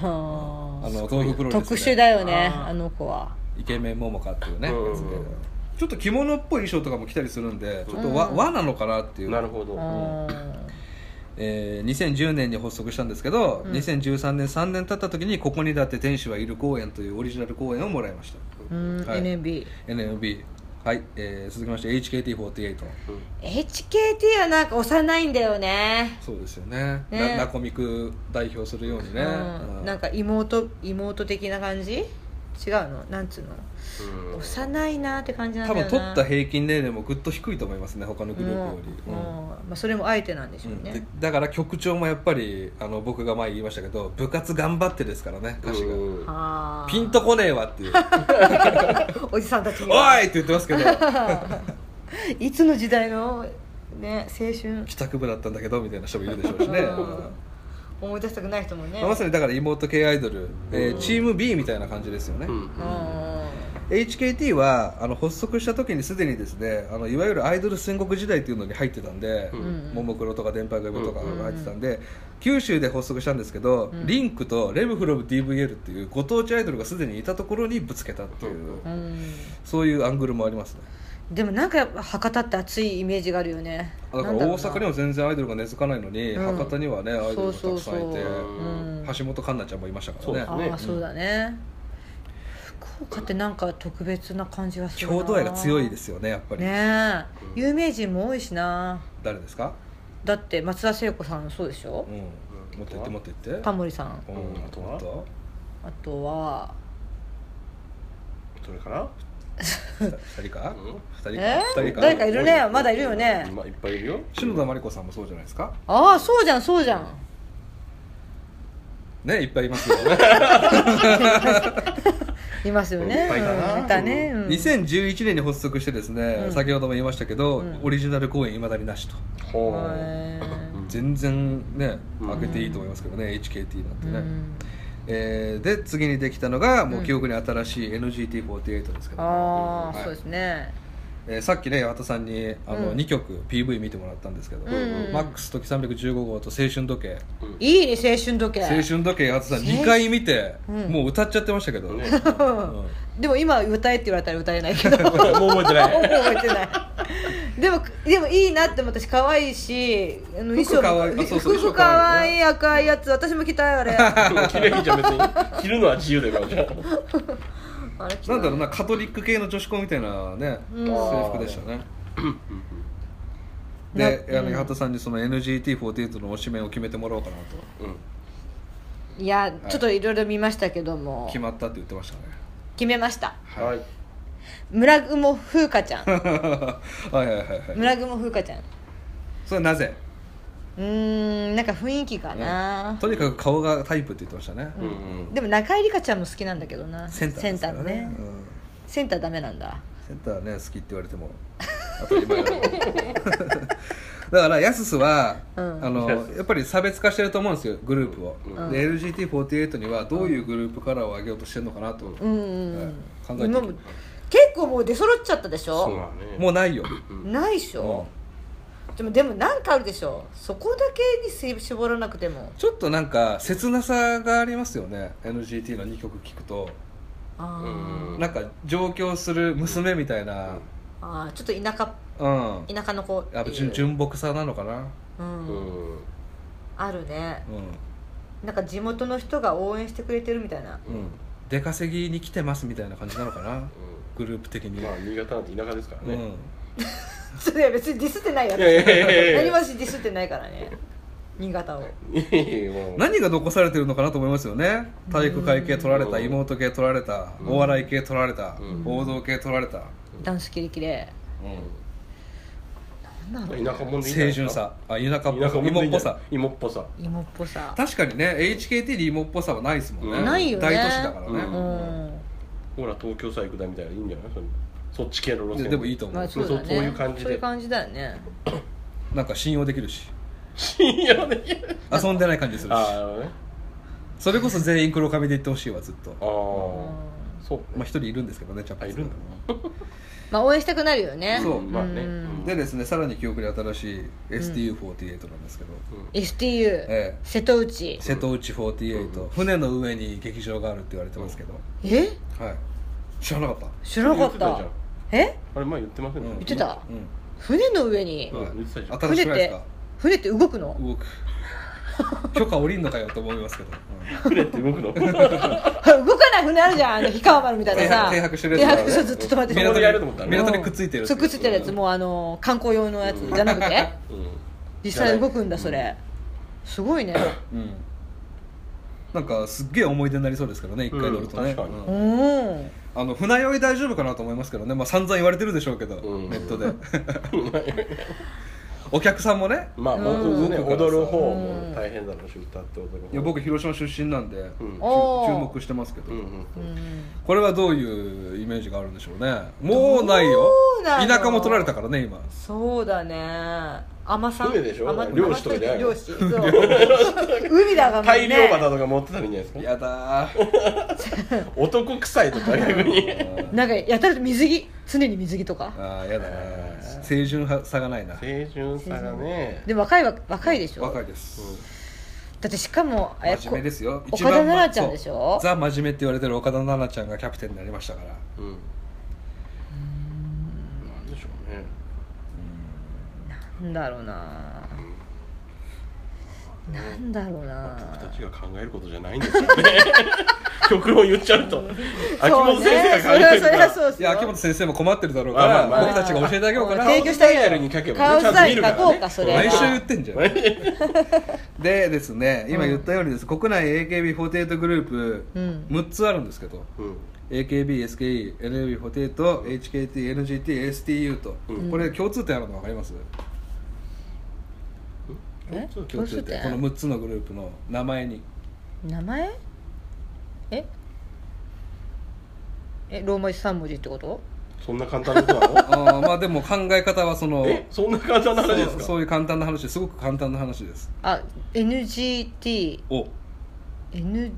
A: は
B: あ
A: あ
B: の東北プロレスで
A: 特殊だよね
C: あー
A: あの子は
B: イケメン桃香っていうね、
C: うん
B: やつでちょっと着物っぽい衣装とかも着たりするんでちょっと
A: う
B: 和,、
A: ん
B: 和なのかなっていう
C: なるほ
A: う
C: ど
A: ん
B: えー2010年に発足したんですけど、
A: うん
B: 2013年3年経った時に「ここにだって天使はいる公演」というオリジナル公演をもらいました
A: うん
B: はい
A: NMB
B: NMB はい、えー続きまして HKT48
A: HKT はなんか幼いんだよね
B: そうですよね
A: ね
B: ララコミク代表するようにね、
A: うんなんか妹妹的な感じ違うのなんつうの
C: うん
A: 幼いなって感じなん
B: 多
A: だよ
B: 分
A: な
B: 取った平均年齢もぐっと低いと思いますね他のグループよ
A: う
B: り、
A: ん
B: うん
A: うんまあ、それもあえてなんでし
B: う
A: ょ
B: ん
A: う
B: で
A: ね、
B: だから曲調もやっぱりあの僕が前言いましたけど部活頑張ってですからね歌詞が
C: うん
A: あー
B: ピンとこねえわっていう「
A: おじさんたちに
B: お!」
A: はい
B: って言ってますけど
A: いつの時代のね青春
B: 帰宅部だったんだけどみたいな人もいるでしょうしね、
A: うん
B: うん
A: 思い出したくない人もね
B: まあまさにだから妹系アイドル、えーチーム B みたいな感じですよね、
C: うん
A: うん
B: HKT はあの発足した時にすでにですねあのいわゆるアイドル戦国時代というのに入ってたんで、
A: ん
B: ももクロとか電波グ部とかが入ってたんで、九州で発足したんですけど、
A: うん
B: リンクとレブフロブ DVL っていうご当地アイドルがすでにいたところにぶつけたっていう、
C: う
A: うん
B: そういうアングルもありますね
A: でもなんかやっぱ博多って熱いイメージがあるよね
B: だか
A: な
B: ら
A: んだろう
B: 大
A: な
B: 阪には全然アイドルが根付かないのに、
A: うん
B: 博多にはねアイドルがたくさ
A: そ
B: んいて
A: うそうそううん
B: 橋本環奈ちゃんもいましたからね
C: そうね
A: ああそうだね、福岡ってなんか特別な感じがするな
B: 郷土愛が強いですよねやっぱり、
A: ねえ
C: うん
A: 有名人も多いしな
B: 誰ですか、
A: だって松田聖子さんそうでしょ
B: うん、もっと言ってもっと言って
A: タモリさん
B: うん
C: うんあとは
B: あと
A: あとは
C: それから
B: 二人か
C: うん
B: 二人
A: え
B: か二人か
A: 誰かいるねまだいるよね
C: まあいっぱいいるよ
B: 篠田麻里子さんもそうじゃないですか
A: ああそうじゃんそうじゃん
B: ねいっぱいいますよ
A: いますよね
C: いっぱいいたな
A: うんいたね、うん
B: 2011年に発足してですね、
A: うん
B: 先ほども言いましたけど、
A: うん
B: オリジナル公演いまだになしと
C: ほう
A: へえ
B: 全然ね
C: うん
B: 開けていいと思いますけどね、HKT なんて
A: う
B: ね、
A: ん
B: えーで次にできたのがもううん記憶に新しい NGT48 ですけど、
A: ああ、
B: はい
A: そうですね
B: えーさっきね八幡さんにあの、
A: うん
B: 2曲 PV 見てもらったんですけど、
A: うん
B: マックス時315号と青春時計
A: いいね青春時計
B: 青春時計八幡さん
A: 青春
B: 2回見て、
A: うん
B: もう歌っちゃってましたけど、
C: ね
B: うん
A: でも今歌えって言われたら歌えない けど
C: もう覚えてない
A: 覚えてないでもでもいいなって思ったし可愛いしあの衣
B: 服
A: 装
B: 可
A: も
B: 愛いあそうそう
A: 服可愛い赤いやつ私も着たいあれあ
C: 着ればいいじゃん別に着るのは自由だからじゃあ
A: れ着たい
B: なんだろうなカトリック系の女子校みたいなね、
A: うん
B: 制服でしたね
A: な
B: で、あ
A: う
B: の
A: ん
B: 八幡さんにその NGT48 の推しメンを決めてもらおうかなと
C: うん
A: いやちょっといろいろ見ましたけども、
B: 決まったって言ってましたね
A: 決めました
C: はい
A: 村雲風花ちゃん
B: はいはいはいはい
A: 村雲風花ちゃん
B: それはなぜ
A: うーんなんか雰囲気かな、
B: とにかく顔がタイプって言ってましたね、
C: うんうん
A: でも中井梨花ちゃんも好きなんだけどな
B: センターですか
A: セン
B: ら
A: ターね
B: うん
A: センターダメなんだ
B: センターね好きって言われても当たり前だけどだからやすすは、
A: うん
B: あの
C: やす
B: やっぱり差別化してると思うんですよグループを、
A: うん
B: で LGT48 にはどういうグループカラーを上げようとしてるのかなと、
A: うんうんうん、
B: 考えてみ
A: 今も結構もう出揃っちゃったでし
C: そう
A: ょ
C: だね
B: もうないよ
A: ないでしょ、でもでもなんかあるでしょそこだけに絞らなくても
B: ちょっとなんか切なさがありますよね NGT の2曲聴くと
A: あ
C: う
A: ー
C: ん
B: なんか上京する娘みたいな
A: あーちょっと田舎
B: うん
A: 田舎の子っていう
B: やっぱ純純朴さなのかな
A: うん
C: うん
A: あるね
B: う
A: なんか地元の人が応援してくれてるみたいなん
B: うん出稼ぎに来てますみたいな感じなのかなグループ的に
C: まあ新潟なんて田舎ですから
B: う
C: ね
B: ん
A: それは別にディスってないやつ
C: いやいやいやいや
A: 何もしディスってないからね新潟を
C: いやいやもう
B: 何が残されてるのかなと思いますよね体育会系取られた
C: うん
B: 妹系取られた
C: うん
B: お笑い系取られた
C: うん
B: 王道系取られた
A: 男子キレキレなんだろう
C: 田舎もんでいいんじゃない
B: 清
C: ですか
B: 純さあ田舎っ
C: 田舎
B: ぽ
C: もんでいいんじゃ
B: 芋
C: な
B: っ
C: い
B: ぽさ
C: 芋っぽさ
A: 芋っぽさ
B: 確かにね HKT で芋っぽさはないですもんね
A: ないよね
B: 大都市だから
A: う
B: ね、
A: ん
C: ほら東京さ行くだみたいないいんじゃないそれそっち系の路
B: で
C: 線
B: でもいいと思
A: ま
B: う、
A: あそうだね
C: そうそういう感じで
A: そういう感じだよね
B: なんか信用できるし
C: 信用できる
B: 遊んでない感じするし
C: ああなるほどね
B: それこそ全員黒髪で行ってほしいわずっと
C: ああそう
B: まあ一人いるんですけどねチャップ
C: あいるんだ
A: まあ応援したくなるよね
B: そう
C: まあね
A: うん
C: うん
B: でですねさらに記憶に新しい STU48 なんですけど、え
A: STU
B: え
A: 瀬戸内
B: 瀬戸内48、船の上に劇場があるって言われてますけど、
A: え
B: はい知らなかった
A: 知らなかっ
C: 言ってた
A: た
C: じゃん
A: え
C: あれ前言ってません
B: うん
A: 言ってた
B: う
A: 船の上に
B: ん、
C: うん言ってたじゃん
B: 新し
A: 船
B: く
A: っ
B: ないで
A: て
B: すか
A: 船って動くの
B: 動く許可下りんのかよと思いますけど、うん
C: 船って動 くの
A: 動かない船あるじゃんあの氷川丸みたいなさ
B: 停泊してるやつ
A: 停泊そうずっと止まって
C: 港でやると思ったらね
B: 港にくっついてる
A: そうくっついてるやつもうあの観光用のやつじゃなくて
C: うん
A: 実際動くんだそれすごいね
B: うんなんかすっげえ思い出になりそうですからね一回乗るとね、
C: うん確かに
A: う
B: うん
A: ん
B: あの船酔い大丈夫かなと思いますけどね、まあ、散々言われてるでしょうけど、
C: うん
B: ネットで お客さんもね
C: まあ
A: うん
C: もうね
B: 動くからさ
C: 踊る方も大変だろうし歌って踊る方
B: いや僕広島出身なんで、注
A: おー
B: 注目してますけど、
C: うん
A: う
C: うんうん
A: ん
B: これはどういうイメージがあるんでしょうねもうないよ
A: どうなの
B: 田舎も取られたからね今
A: そうだね海さん
C: 船でしょ
A: 海女
C: 漁師とかじゃないの
A: 漁師そう海だがもう
C: 大
A: ね
C: 漁旗とか持ってたらいいんじゃないですか
B: やだー
C: 男臭いとか逆に
A: なんかやたらと水着常に水着とか
B: あーやだな清純派さがないな
C: 清純さがね
A: でも若いわ若いでしょ
B: 若い
A: だ
B: です、
A: ってしかもあれ
B: 真面目ですよ
A: こ岡田奈々ちゃんでし
B: そう
A: ょ
B: ザ真面目って言われてる岡田奈々ちゃんがキャプテンになりましたから
C: うんうんなんでしょうね
A: なんだろうななんだろうな
C: 僕たちが考えることじゃないんですよね曲を言っちゃうと秋
A: そう
C: 元先生が考える
A: ねそれはそれはそうっす
B: い
A: よ
B: や秋元先生も困ってるだろうから、
C: まあまあまあ
B: 僕たちが教えてあげようかな
A: 提供してあげよう
C: ルに書けば
A: 顔
C: ねちゃんと見
A: 伝え
C: るか
A: 書
C: ら
A: こ
C: ね
A: うかそれは
B: 毎週言ってん じゃん
C: 毎
B: でですね今言ったようにです、国内 AKB48 グループ
A: うん
B: 6つあるんですけど、
C: うん
B: AKBSKENLB48HKTNGTSTU と、
C: うん
B: これ共通点あるの分かります
A: え
B: 共通点この6つのグループの名 前に
A: 名前ええローマ字3文字ってこと
C: そんな簡単なことなの
B: あーまあでも考え方 はその
C: えそんな簡単な話です
B: そう
C: か
B: そういう簡単な話ですごく簡単な話です
A: あ NGTNGT
B: お STU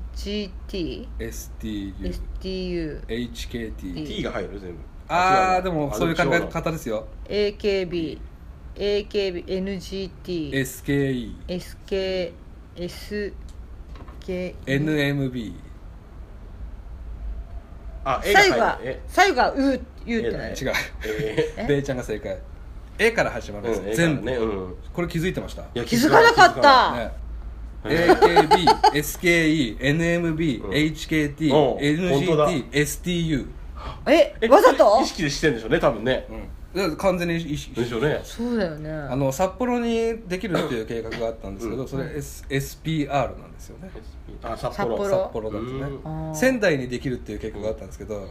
A: STU
B: HKT
C: T が入る全部
B: あ
C: 違
B: あでもそういう考
C: あ
B: え
C: の違
B: 方ですよ
A: AKB AKB NGT
B: SKENMB
A: SK SK
C: あ絵が
A: 最後
C: 入
A: は
C: るえ
A: 最後が U U ってな
C: え
A: る
B: 違う
C: え
A: え
B: ベイちゃんが正解 A から始まるんです、
C: ーうん絵か
B: 全
C: ら
B: 部、
C: ねうん
B: これ気づいてました
C: いや
A: 気づかなかっ
C: 気づ
A: た
B: ね AKBSKENMB
C: うんおう本当だ
B: HKTNGTSTU
A: え
C: え
A: わざと
C: 意識してんでしょうね多分ね
B: うん完全に意識
C: でしょうね
A: そうだよね
B: あの札幌にできるっていう計画があったんですけど、
C: うん
B: それ、S、SPR なんですよね
C: あ札
A: 札幌
C: 幌
B: 札幌だと
A: あ
B: ね
A: ー
B: 仙台にできるっていう計画があったんですけど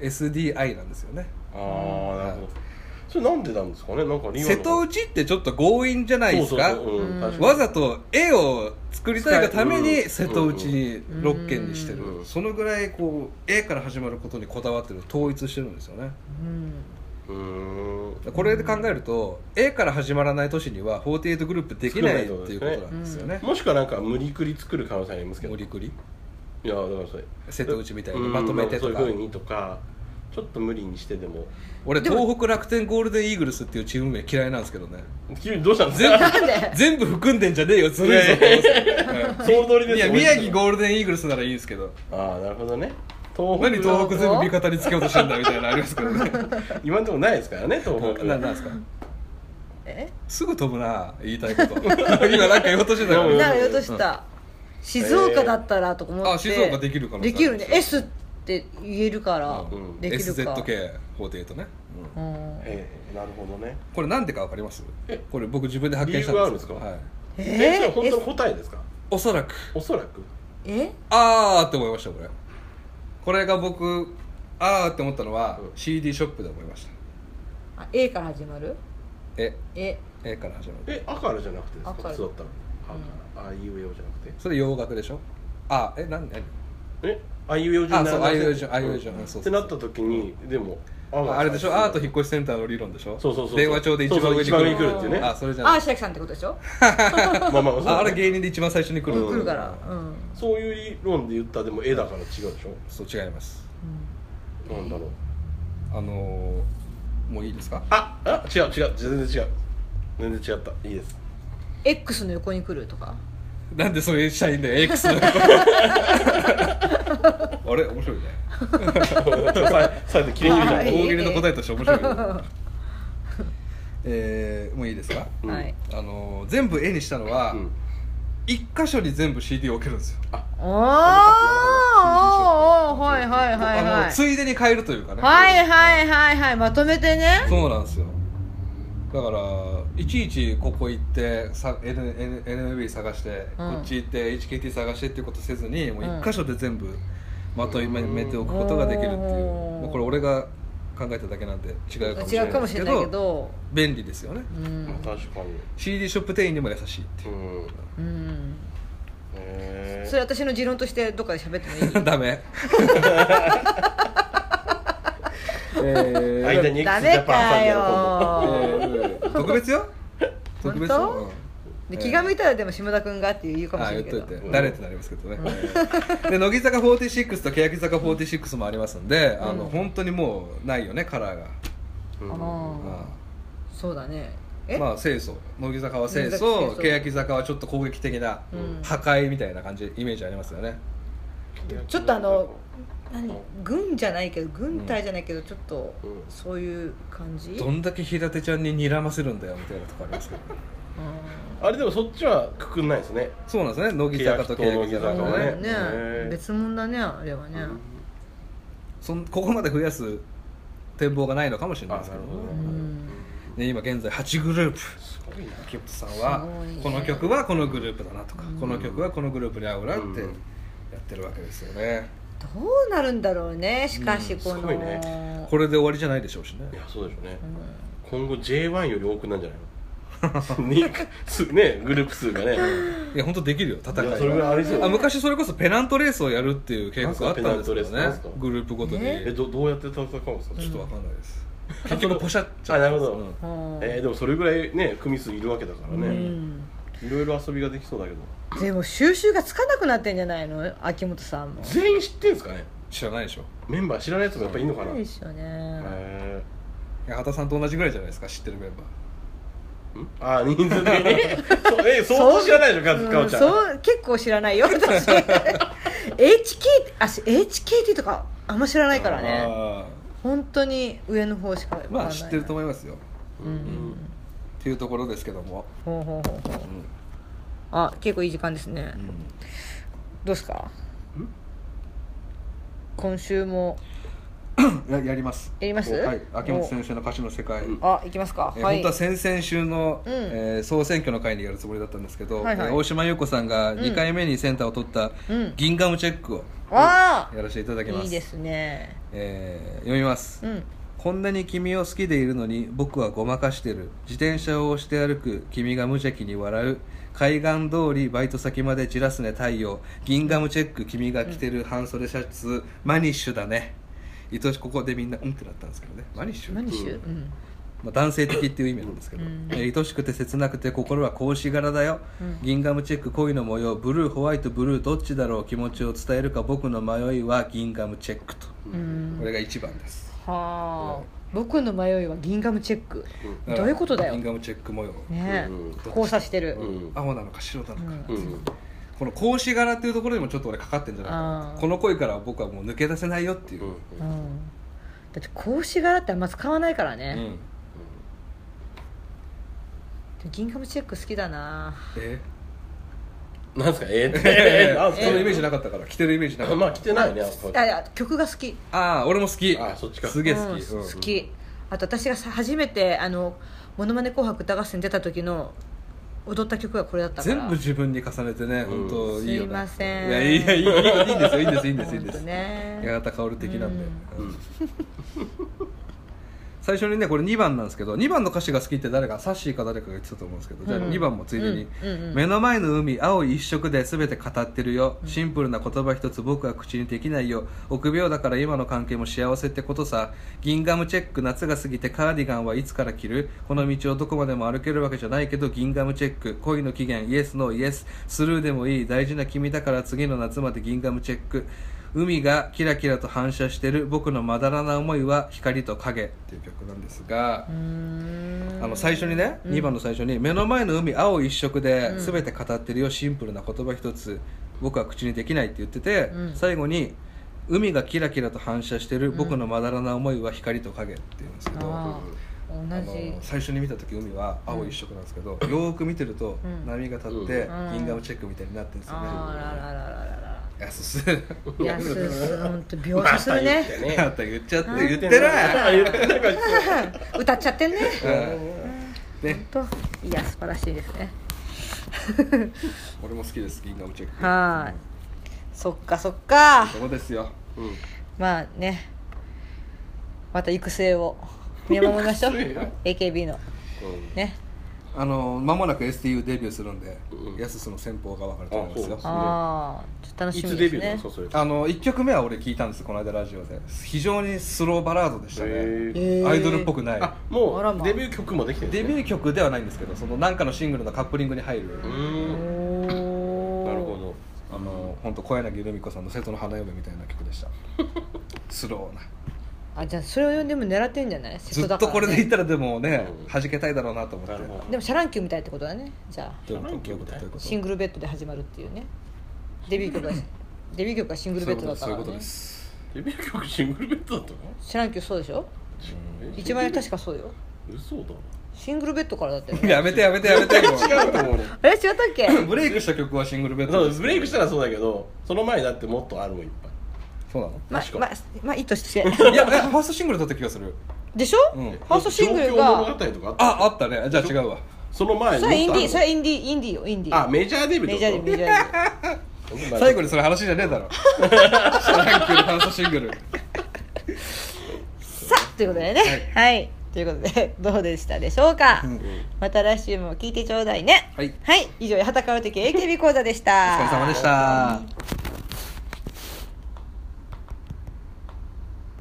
B: SDI なんですよね
C: ああなるほどそれなんでなんですかねなんか理由あ
B: 瀬
C: るの
B: 戸内ってちょっと強引じゃないですか
C: そうそうそううん
A: うん
C: 確かに
B: わざと絵を作りたいがために
C: うん
B: 瀬戸内に6県にしてる、
C: うん
B: そのぐらいこう絵から始まることにこだわってる統一してるんですよね
A: うん
C: うーん
B: これで考えると絵から始まらない都市には48グループできないって
C: 少ない
B: いうことなんですよね、
C: もしくはなんか無理くり作る可能性ありますけど
B: 無
C: い
B: 理くり
C: やだからそれ
B: 瀬戸内みたいに
C: うん
B: まとめてとか
C: そういうふうにとかちょっと無理にしてでも
B: 俺東北楽天ゴールデンイーグルスっていうチーム名嫌いなんですけどね
C: 急にどうしたんです
B: 全部
C: か
A: なんで
B: 全部含んでんじゃねえよずるいぞって思うんですよ
C: 総取り
B: うんい
C: です
B: や
C: よ
B: 宮城ゴールデンイーグルスならいいんですけど
C: ああなるほどね東
B: 何
C: 北
B: 東北全部味方につけようとしてんだみたいなのありますけ どね
C: 今んとこないですからね東北
B: ななんですか
A: え
B: すぐ飛ぶな言いたい こと今なんか言おうとしてたか
C: うん
B: ら
A: なんか言おうとした、静岡だったらとか思って、
B: えーあ静岡できる可能性あ
A: で
B: る
A: きるね S って言えるから、
C: うん
A: できるか
B: SZK48 ね、うん
A: うん
C: ええなるほどね
B: これなんでかわかりますこれ僕自分で発見した
C: 理由があるんですか
B: はい
A: え
C: えそれ本当の答えですか
B: おそらく
C: おそらく
A: え
B: あーって思いましたこれこれが僕あーって思ったのは、
C: うん
B: CD ショップで思いました
A: あ A から始まる
B: え
A: え
B: えから始まる
C: え赤からじゃなくてです
A: 赤
C: か
A: から
C: 普通だったら赤からあいうえおじゃなくて
B: それ洋楽でしょあえなん何
C: えあいうえおじにならな
B: あそうあ
C: い
B: いうえおじあいうえおじうんそうそうそう
C: ってなった時にでもあ
B: あ
C: が
B: あれでしょアート引っ越しセンターの理論でしょ
C: そうそうそうそう
B: 電話帳で一番上に
C: そうそう一番上
A: に来るっていうね
B: あそれじゃ
A: あ
B: ない
A: あ白木さんってことでしょ
C: まあまあまあそう
B: ああれ芸人で一番最初に来る、
C: うん
A: 来るからうん
C: そういう理論で言ったらでも絵だから違うでしょ
B: そう違います
C: なんだろう
B: あのー、もういいですか
C: ああ違う違う全然違う全然違ったいいです
A: X の横に来るとか
B: なんでそれしたいんだよ X の あれ面白いね
C: 最後切れ切れじゃ
A: は
C: ん
A: い
B: 大喜利の答えとして面白いけどえー、もういいですか
C: うん
A: はい
B: あのー、全部絵にしたのは
C: うん
B: 一、箇所に全部 CD を置けるんですよ
A: おーおーはいはいはい
B: あ
A: は
B: の
A: い
B: ついでに変えるというかね
A: はいはいはいはいまとめてね
B: そうなんですよだからいちいちここ行ってさ N N NMB 探して、
A: うん
B: こっち行って HKT 探してっていうことせずにもう
A: うん
B: 一箇所で全部まとめておくことができるっていう
A: うん
B: まあこれ俺が考えただけなんで違うかもしれ
A: 違うか
B: ないで
A: も
B: す
A: し
B: け
A: れ
B: ど
A: ないけど
B: 便利ですよね
A: うん
C: まあ確かに
B: CD ショップ店員にも優しいっていうう、
A: う
C: ん
A: ん
C: へ
A: そ
C: え
A: れ私の持論としてどっかで喋ってもいい
B: ダメ えー
C: 間に X
A: ダ
C: ジャ
A: メ
C: パンさん
A: か
C: でや
A: よ
C: ろう今
B: えー特別よ特別
A: 本当
B: よ、うん
A: で気が向いたらでも島田君がって言うかも
B: あ
A: し
B: 言
A: れ
B: っ
A: ない
B: と
A: け
B: い
A: ど
B: て、
C: うん
B: 誰ってなりますけどね、で乃木坂46と欅坂46もありますんで、あの
A: うん
B: 本当にもうないよねカラーが、
C: う
A: あ
C: ん
A: あそうだねえ
B: まあ清楚乃木坂は清
A: 乃木坂
B: 楚
A: 清楚
B: 欅坂はちょっと攻撃的な、
A: うん
B: 破壊みたいな感じイメージありますよね
A: ちょっとあの何軍じゃないけど軍隊じゃないけどちょっと
C: うん
A: そういう感じ
B: どんだけ平手ちゃんに睨ませるんだよみたいなとこありますけど、ね、
C: あれでもそっちはくくんないですね
B: そうなん ですね乃木坂と欅
A: う
B: 坂
A: ん
C: だ
B: は
C: から
B: ね
C: ね
A: ね
C: へえ
A: 別物だねあれはね
B: そんここまで増やす展望がないのかもしれないですけどね
C: あなるほ
A: う
C: ど
A: ん
B: ね今現在8グループ
C: すごいな
B: キプトさんは
A: すごいね
B: この曲はこのグループだなとか、この曲はこのグループに合うなっ
C: うん
B: てやってるわけですよね、
A: どうなるんだろうねしかしこ
C: す
A: の
C: ごいね
B: これで終わりじゃないでしょうしね
C: いやそうでしょうね
A: うん
C: 今後 J1 より多くなんじゃないの にすねグループ数がね
B: いや本当できるよ戦い
C: い
B: は
C: やそれぐらいありそう
B: あ昔それこそペナントレースをやるっていう計画があったんですけど
C: ペナントレースなん
B: ね
C: すか
B: グループごとに、
C: えどどうやって戦うんですか
B: ちょっとわかんないです結局ポシャっちゃ
C: あなるほど
B: うん
A: うん
C: えーでもそれぐらいね組数いるわけだから
A: う
C: ね
A: ん
C: いろいろ遊びができそうだけど
A: でも収集がつかなくなってんじゃないの秋元さんも
C: 全員知ってんですかね
B: 知らないでしょ
C: メンバー知らないやつもやっぱいいのかな
A: そうで
C: へ
A: しょうね、
C: え
B: 八幡さんと同じぐらいじゃないですか知ってるメンバー
C: んあ人数的に そうえ相当知らないでしょかずかおちゃん
A: うんそう結構知らないよ 私 HK あし HKT とかあんま知らないからね
B: あ
A: 本当に上の方しかわか
B: ー
A: んない
B: まあ知ってると思いますよ
A: うんうん
B: っていうところですけども、
A: ほうほうほうほう
B: うん
A: あ結構いい時間ですね
B: うん
A: どうですか今週も
B: ややります
A: やります
B: はい秋元先生の歌詞の世界、
C: うん
A: あ行きますか
B: えー
A: はい
B: 本当は先々週の、
A: うん
B: えー総選挙の会にやるつもりだったんですけど、
A: はいはい
B: えー大島優子さんが2回目にセンターを取った
A: うん
B: 「銀ガムチェック」を
A: わ
B: やらせていただきま
A: あ
B: す
A: いいですね
B: えー読みます、
A: うん
B: こんなに君を好きでいるのに僕はごまかしてる自転車を押して歩く君が無邪気に笑う海岸通りバイト先までじらすね太陽銀ガムチェック君が着てる半袖シャツ、マニッシュだね愛しここでみんなうんってなったんですけどねマニッシュ
A: 何しゅうん
B: まあ、男性的っていう意味なんですけど、
A: うん
B: えー愛しくて切なくて心は格子柄だよ、
A: うん
B: ギンガムチェック恋の模様ブルーホワイトブルーどっちだろう気持ちを伝えるか僕の迷いはギンガムチェックと、
A: うん
B: これが一番です
A: はあ僕の迷いはギンガムチェック
B: から
A: どういうことだよ
B: ギンガムチェック模様、
A: ね
C: うん
A: え交差してる
C: うん
B: 青なのか白なのか、
A: うん
C: うん
B: この格子柄っていうところにもちょっと俺かかってんじゃないか
A: あ
B: な
A: ー
B: この恋からは僕はもう抜け出せないよっていうう、
C: ん
A: うんだって格子柄ってあんま使わないから
B: う
A: ね
B: ん
A: でもギンガムチェック好きだな
B: え
C: なんすかえーっ
B: え
C: てなんすか
B: そのイメージなかったから着てるイメージなかった
C: まあ来てないねあ
A: あいや曲が好き
B: ああ俺も好き
C: あそっちか
B: すげえ好き、
A: うん
B: うん
A: 好きあと私がさ初めてあの「ものまね紅白歌合戦」出た時の踊った曲がこれだったから
B: 全部自分に重ねてね、
C: うん
B: 本当いいよな
A: すいません
B: いやいやいいよいいんですよいいんですいいんですいいん
A: 本
B: で
A: 当
B: す
A: ね
B: 八幡薫的なんで、
C: う
B: うん
C: ん
B: 最初にねこれ2番なんですけど2番の歌詞が好きって誰かサッシーか誰かが言ってたと思うんですけどじゃあ
A: うん
B: 2番もついでに、
A: うんうんうん
B: 目の前の海青い一色で全て語ってるよシンプルな言葉一つ僕は口にできないよ臆病だから今の関係も幸せってことさギンガムチェック夏が過ぎてカーディガンはいつから着るこの道をどこまでも歩けるわけじゃないけどギンガムチェック恋の起源イエスノーイエススルーでもいい大事な君だから次の夏までギンガムチェック海がキラキラと反射してる僕のまだらな思いは光と影っていう曲なんですが
A: う、ーん
B: あの最初にね、
A: うん
B: 2番の最初に「目の前の海青一色で
A: うん
B: 全て語ってるよシンプルな言葉一つ僕は口にできない」って言ってて、
A: うん
B: 最後に「海がキラキラと反射してる僕のまだらな思いは光と影」っていうんですけど、
A: あ
B: あ
A: ー同じ
B: の最初に見た時海は青一色なんですけど、よーく見てると
A: うん
B: 波が立って
A: うん
B: 銀河ムチェックみたいになってるんですよね。
A: あらららららら
B: 安っす
A: いやすす本当描写する
C: また言
A: ね
C: ってね
B: あんた言っちゃって
A: うん
B: 言ってる
C: 言 ってる から
A: 歌っちゃってんね
B: うんね
A: 本当いや素晴らしいですね
B: 俺も好きです銀河ムチェック
A: はいそっかそっか
B: そうですよ
C: うん
A: まあねまた育成を見守りましょう
C: 育成よ
A: AKB のね
B: あの間もなく STU デビューするんで、
C: うん
B: やすその戦法が分かると思います
C: あ
B: よ
C: そう
A: ああちょっと楽
C: い
A: しみ
C: つ
A: で
C: デ
A: す
C: ビューな
A: ね
C: のそうそれ
B: あの1曲目は俺聞いたんですこの間ラジオで非常にスローバラードでしたね
C: へえ
A: えー
B: アイドルっぽくない
C: あ
A: あら
C: も
A: ま
C: うデビュー曲もできてるんで
B: デ
C: すね
B: ビュー曲ではないんですけどそのなんかのシングルのカップリングに入る、
C: う
A: お
C: ーん
A: お
C: なるほど
B: あの本当小柳ルミ子さんの「瀬戸の花嫁」みたいな曲でした スローな
A: あじゃあそれをでも狙ってんじゃない瀬
B: ず
A: 戸
B: っ
A: だ
B: とこれでいっ
A: い
B: たらでもね、
C: うん
B: 弾けたいだろうなと思って
C: なるほど
A: でもシャランキューみたいってことだねじゃあ
B: どういうこと
C: シャランキューみたい
B: どういうこと
A: シングルベッドで始まるっていうねデビュー 曲がデビュー曲がシングルベッドだった
B: そう
A: か
B: いう
A: ら、
B: こと
A: ね
B: で、す
C: デビュー曲シングルベッドだったの
A: シャランキューそうでしょ一番確かそうよ
C: 嘘だ
A: シングルベッドからだったよね
B: やめてやめてやめてもう
C: 違うと思うね
A: あれ違ったっけ
B: ブレイクした曲はシングルベッ
C: そ
B: ド
C: うブレイクしたらそうだけどその前だってもっとあるもんいっぱい
B: そうなの
A: ま
C: 確か
A: ままあいいとして
B: いや、えファーストシングルだった気がする。
A: でしょ、
B: うん
A: ファーストシングルが
C: 状況物語とかあった
B: あ、あったね。じゃあ違うわ。
C: その前に
A: それインディーそれ
C: イン
A: インディーインディーよインディー
C: あメジャーデビュー
A: メジャーデビューメジャーデビュー
C: ー
B: 最後にそれ話じゃねえ だろ。シャランキューのファーストシングル。
A: さあということでねはい、ということで どうでしたでしょうか、
B: うん
A: また来週も聞いてちょうだいね
B: はい
A: 以上八幡薫的 AKB 講座でした
B: お疲れ様でした。